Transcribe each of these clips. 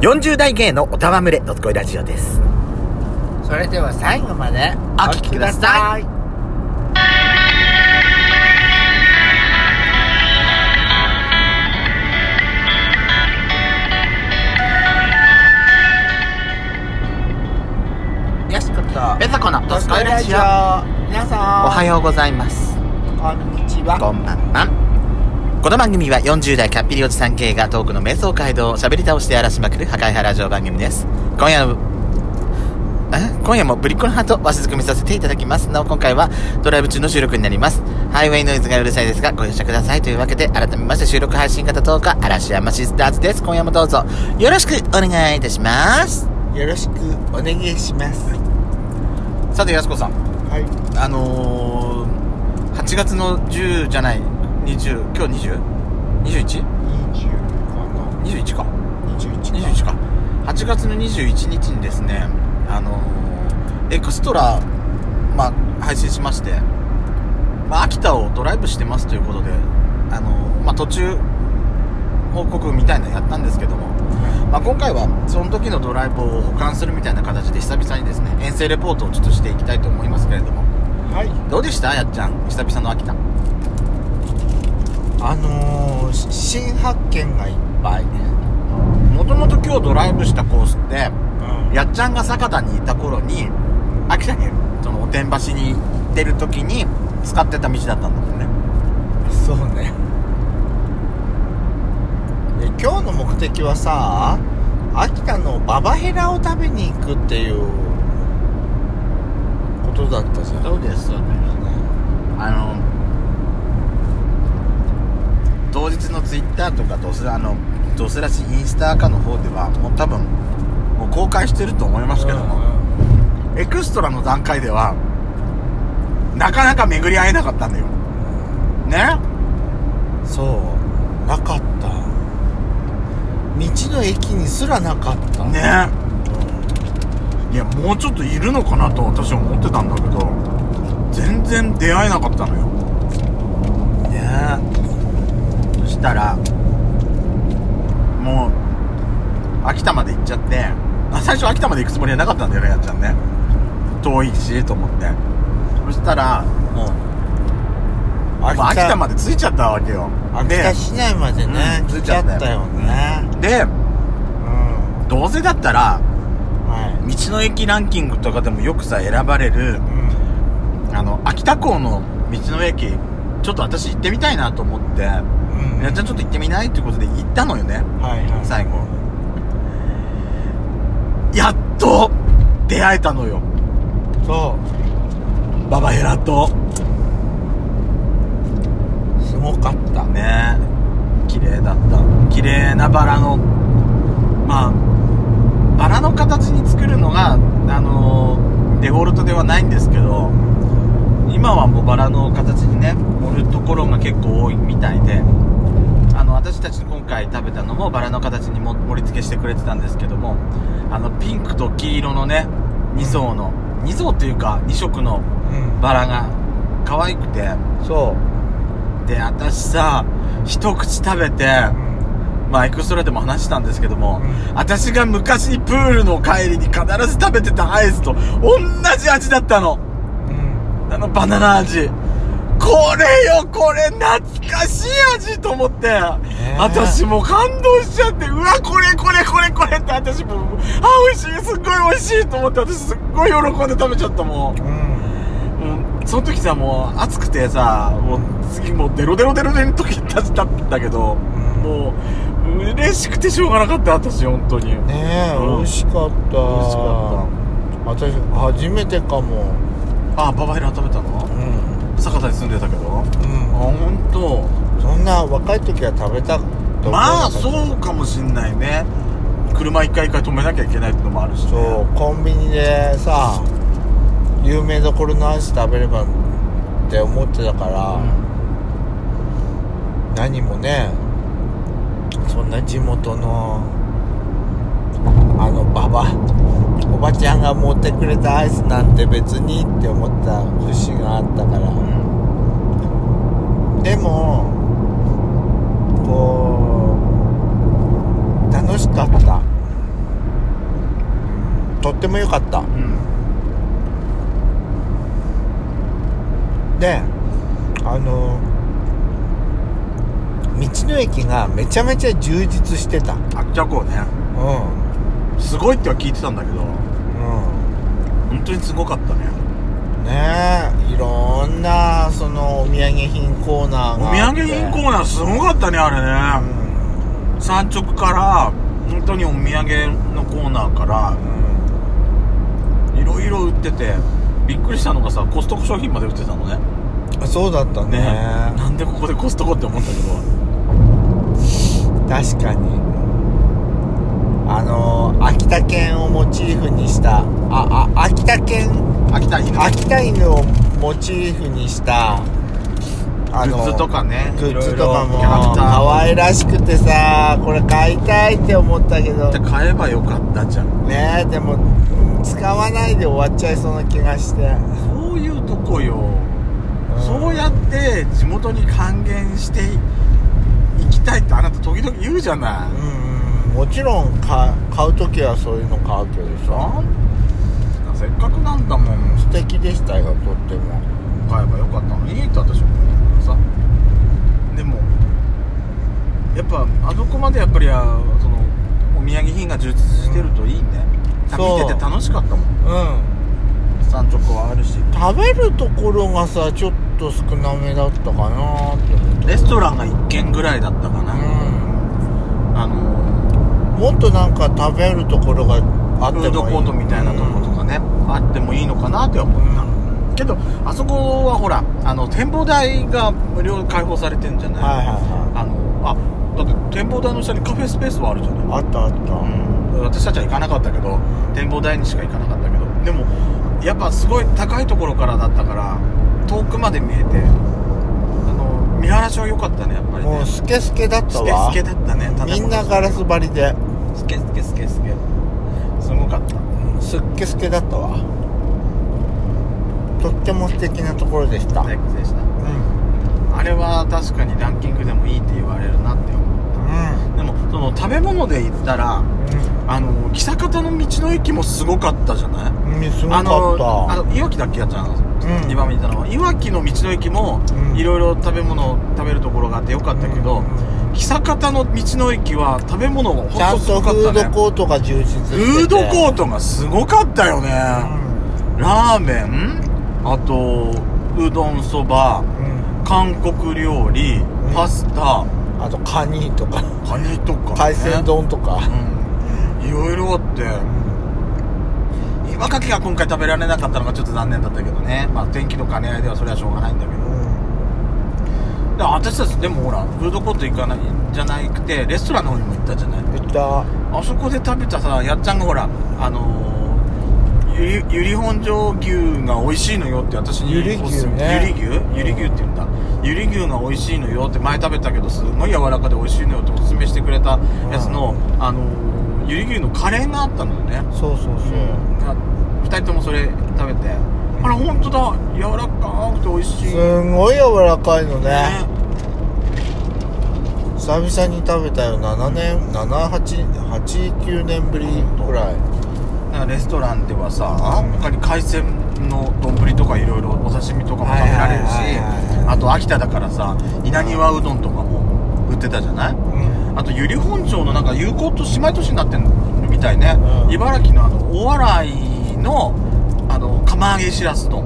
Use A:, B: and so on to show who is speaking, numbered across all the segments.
A: 40代芸のおたわむれ、どつこいラジオです。
B: それでは最後までお聞きください。
A: よしこと、
B: ベザコの
A: ど
B: ド
A: す
B: ス
A: こ
B: コ
A: い
B: イ
A: ラ
B: ラ
A: ジ
B: ジ
A: オ
B: オ。皆さん、
A: おはようございます。
B: こんにちは。
A: こんばんは。この番組は40代キャッピリおじさん系がトークの瞑想街道を喋り倒して荒らしまくる破壊派ラジオ番組です。今夜の、え今夜もぶりっ子のハートをわしづかみさせていただきます。なお今回はドライブ中の収録になります。ハイウェイノイズがうるさいですがご容赦くださいというわけで改めまして収録配信型10日嵐山シスターズです。今夜もどうぞよろしくお願いいたします。
B: よろしくお願いします。
A: さて、やすこさん。
B: はい。
A: あのー、8月の10じゃない、20、今日 20?21?21
B: 20
A: か。
B: かな。21
A: 21か。8月の21日にですね、あのー、エクストラ、まあ、配信しまして、まあ、秋田をドライブしてますということで、あのー、まあ、途中、報告みたいなのやったんですけども、まあ、今回はその時のドライブを保管するみたいな形で久々にですね遠征レポートをちょっとしていきたいと思いますけれども
B: はい。
A: どうでしたやっちゃん久々の秋田
B: あのー、し新発見がいっぱい。
A: もともと今日ドライブしたコースって
B: うん。
A: やっちゃんが酒田にいた頃に秋田にそのお天橋に行ってる時に使ってた道だったんだもんね
B: そうね。で今日の目的はさ、秋田のババヘラを食べに行くっていうことだったじゃ
A: う
B: ん。
A: ですよねあの当日のツイッターとかドスあのドスラしインスタかの方ではもう多分もう公開してると思いますけども、エクストラの段階ではなかなか巡り会えなかったんだよね
B: そうなかった道の駅にすらなかった
A: ねいやもうちょっといるのかなと私は思ってたんだけど全然出会えなかったのよねえそしたらもう秋田まで行っちゃってあ最初秋田まで行くつもりはなかったんだよねやっちゃんね遠いしと思ってそしたらもう
B: 秋
A: まあ秋田まで着いちゃったわけよ
B: 秋
A: で
B: 田市内までね、
A: うん
B: 来ちゃったよね
A: で
B: うん
A: どうせだったら
B: は
A: 道の駅ランキングとかでもよくさ選ばれる
B: い、うん、
A: あの秋田港の道の駅ちょっと私行ってみたいなと思って、
B: うん
A: やっちゃんちょっと行ってみないってことで行ったのよね
B: はいはい
A: 最後やっと出会えたのよ
B: そ
A: ババヘラと
B: うすごかった
A: ね綺麗だった綺麗なバラのまあバラの形に作るのがあのデフォルトではないんですけど今はもうバラの形にね盛るところが結構多いみたいであの私たち今回食べたのもバラの形にも盛り付けしてくれてたんですけどもあのピンクと黄色のね2層の2層というか2色の
B: うん
A: バラが可愛くて
B: そ
A: で私さ一口食べて
B: う、うん
A: まあエクストラでも話したんですけども、
B: うん
A: 私が昔にプールの帰りに必ず食べてたアイスと同じ味だったの
B: うん
A: あのバナナ味これよこれ懐かしい味と思って、
B: え
A: 私もう感動しちゃってうわこれこれこれこれって私もあ美味しいすっごい美味しいと思って私すっごい喜んで食べちゃったもん
B: うん
A: うんその時さもう暑くてさもう次もうデロデロデロデロの時だったんだけどもう嬉しくてしょうがなかった私本当に美味し
B: ねえ、
A: うん
B: 美味しかった
A: か
B: 私初めてかも
A: ったあババヘラ食べたの
B: うん
A: 酒田に住んでたけどあ
B: うん
A: 本当。
B: そんな若い時は食べたと思
A: まあ
B: う
A: そうかもしんないね車一回一回止めなきゃいけないってのもあるし、ね、
B: そうコンビニでさ有名どころのアイス食べればって思ってたから、何もねそんな地元のあのババおばちゃんが持ってくれたアイスなんて別にって思った節があったから、
A: うん
B: でもこう楽しかったとっても良かった
A: うん
B: であの道の駅がめちゃめちゃ充実してた
A: あっちゃこうね
B: う
A: すごいっては聞いてたんだけど
B: んうん
A: 本当にすごかったね
B: ねえいろんなそのお土産品コーナー
A: お
B: が
A: 土産品コーナーすごかったねあれね産直から本当にお土産のコーナーから
B: うん
A: いろいろ売っててびっくりしたのがさコストコ商品まで売ってたのね
B: うんそうだったね
A: ねなんでここでコストコって思ったけど
B: 確かにあの秋田犬をモチーフにしたああ秋田犬
A: 秋田犬
B: 秋田犬をモチーフにしたあ
A: グッズとかね
B: グッズとか
A: いろいろ
B: も
A: キャラクター
B: 可愛らしくてさこれ買いたいって思ったけど
A: って買えばよかったじゃん
B: ねえでもうん使わないで終わっちゃいそうな気がして
A: そういうとこよ、
B: ん
A: そうやって地元に還元していきたいってあなた時々言うじゃない、
B: うんもちろんか買う時はそういうの買うけどさ
A: なんせっかくなんだもん
B: 素敵でしたよとっても
A: 買えばよかったのにって私は思うんだけどさでもやっぱあそこまでやっぱりあそのお土産品が充実してるといいね、
B: そう
A: 見てて楽しかったもん
B: うん
A: 産直はあるし
B: 食べるところがさちょっと少なめだったかなって思った
A: レストランが1軒ぐらいだったかな、
B: う
A: あの
B: んもっとなんか食べるところがあってもい
A: フー
B: い
A: ドコートみたいなところとかね、あってもいいのかなって思
B: う
A: うんけどあそこはほらあの展望台が無料で開放されてんじゃない、
B: はいはいは
A: あのあだって展望台の下にカフェスペースはあるじゃない
B: いあったあった
A: うん、私たちは行かなかったけど展望台にしか行かなかったけどでもやっぱすごい高いところからだったから遠くまで見えてあの見晴らしは良かったねやっぱり
B: も
A: ね
B: うスケスケだった
A: スケ
B: わ
A: スケだったね建物
B: みんなガラス張りで
A: スケスケスケスケすごかった
B: すっけすけだったわとっても素敵なところでした、
A: 大工でした
B: うん
A: あれは確かにランキングでもいいって言われるなって思ったでもその食べ物で言ったらあの喜坂方の道の駅もすごかったじゃない
B: うん、うん、すごか
A: あの
B: った
A: あのいわきだっけやっちゃう
B: うん
A: 2番目にいたのはいわきの道の駅も
B: うん
A: いろいろ食べ物食べるところがあってよかったけど、喜久方の道の駅は食べ物が
B: ちゃ
A: ほんと
B: ん
A: すご
B: と
A: か
B: フ
A: っ
B: ード
A: たね
B: コートが充実してて
A: フードコ
B: ー
A: ートがすごかったよね、ラーメンあとうどんそば
B: うん
A: 韓国料理、
B: ん
A: パスタ
B: あとカニとか
A: カニとか、ね、
B: 海鮮丼とか、
A: うんいろいろあって岩かきが今回食べられなかったのがちょっと残念だったけどねまあ天気の兼ね合いではそれはしょうがないんだけどで私たちでもほらフードコート行かないじゃなくてレストランの方にも行ったじゃない
B: うん、いった
A: あそこで食べたさやっちゃんがほらあのー、ゆりゆり本庄牛が美味しいのよって私に
B: ゆり牛ね
A: おすすめゆり牛ゆり牛って言うんだゆり牛が美味しいのよって前食べたけどすごい柔らかで美味しいのよっておすすめしてくれたやつの、あのー、ゆり牛のカレーがあったのよね
B: そうそうそう、
A: 2人ともそれ食べてあら本当だ柔らかくて美味しい
B: す
A: ね
B: んごい柔らかいのね久々に食べたよ7年789年ぶりぐらい
A: なんかレストランではさ
B: うん
A: 他に海鮮の丼とかいろいろお刺身とかも食べられるし
B: はいはいはいはい
A: あと秋田だからさ稲庭うどんとかも売ってたじゃない
B: うん
A: あと由利本荘のなんか友好都市姉妹都市になってるみたいね、
B: うん
A: 茨城のあの大洗のあの釜揚げしらす丼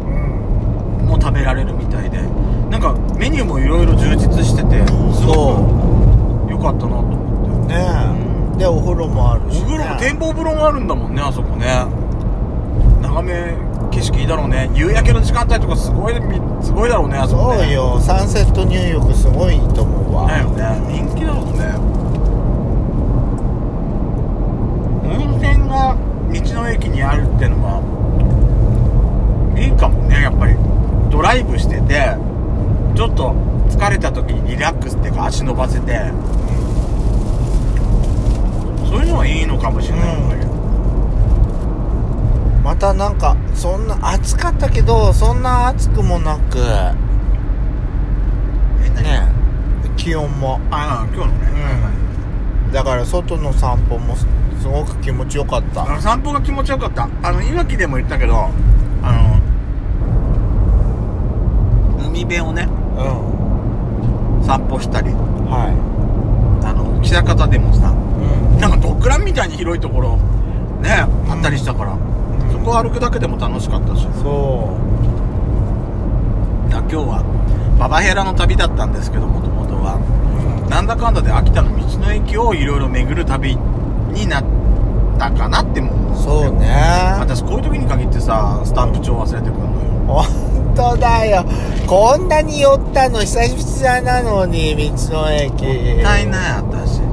A: も食べられるみたいでなんかメニューもいろいろ充実しててすごく良かったなと思って
B: ねえでお風呂もある
A: お
B: し、ね、
A: 風呂も展望風呂があるんだもんねあそこね眺め景色いいだろうね夕焼けの時間帯とかすごいみすごいだろうねあそこね
B: そうよサンセット入浴すごいいいと思うわ、
A: だよね人気だろうね温泉が道の駅にあるってのはいいかもねやっぱりドライブしててちょっと疲れた時にリラックスっていうか足伸ばせてそういうのはいいのかもしれないんだけど、
B: またなんかそんな暑かったけどそんな暑くもなく
A: 変な
B: ね気温も
A: ああ今日のね、
B: だから外の散歩もすすごく気持ちよかった
A: あの散歩が気持ちよかったあのいわきでも言ったけどあの海辺をね
B: うん
A: 散歩したり
B: は
A: あの喜多方でもさ
B: い、うん、
A: なんかドッグランみたいに広いところねあったりしたから、
B: ん
A: そこ歩くだけでも楽しかったし
B: そ
A: だ今日はババヘラの旅だったんですけどもともとは
B: う、うん、
A: なんだかんだで秋田の道の駅をいろいろ巡る旅になったかなっても思
B: そうね
A: 私こういう時に限ってさスタンプ帳忘れてくんのよ
B: 本当だよこんなに寄ったの久々なのに道の駅
A: もったいない私
B: ね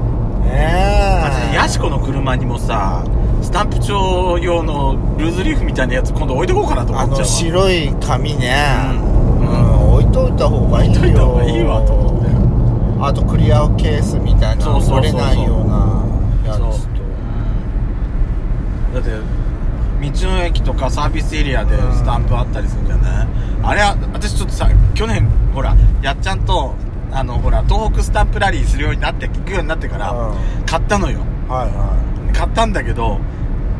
B: え
A: 私ヤシコの車にもさスタンプ帳用のルーズリーフみたいなやつ今度置いとこうかなと
B: あ
A: 思っちゃう
B: の
A: わ
B: 白い紙ね
A: うん
B: うん、置いといた方がいいよ
A: 置いといた方がいいわと思って
B: あとクリアケースみたいな
A: そうそうそうそう
B: 折れないようなやつと
A: だって道の駅とかサービスエリアで
B: うん
A: スタンプあったりするんじゃない、あれは私ちょっとさ去年ほらやっちゃんとあのほら東北スタンプラリーするようになって行くようになってから、
B: うん
A: 買ったのよ
B: はいは
A: 買ったんだけど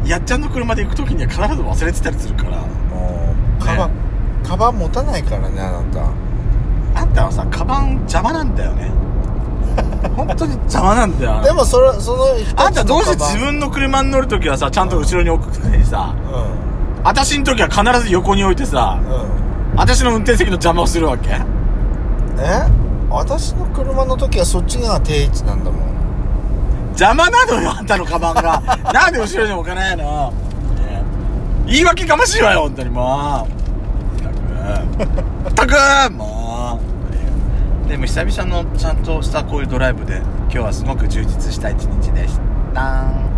A: やっちゃんの車で行く時には必ず忘れてたりするから
B: いもうカバン、カバン持たないからねあなた
A: あんたはさカバン邪魔なんだよね 本当に邪魔なんだよあなた
B: でもそれその一つの
A: あんたどうして
B: カバン
A: 自分の車に乗る時はさちゃんと後ろに置くくせにさ私の時は必ず横に置いてさ
B: うんうん
A: 私の運転席の邪魔をするわけ
B: え私の車の時はそっちが定位置なんだもん
A: 邪魔なのよあんたのカバン がなんで後ろに置かないの、ね言い訳がましいわよ本当にもうったくったくもうでも久々のちゃんとしたこういうドライブで今日はすごく充実した一日でした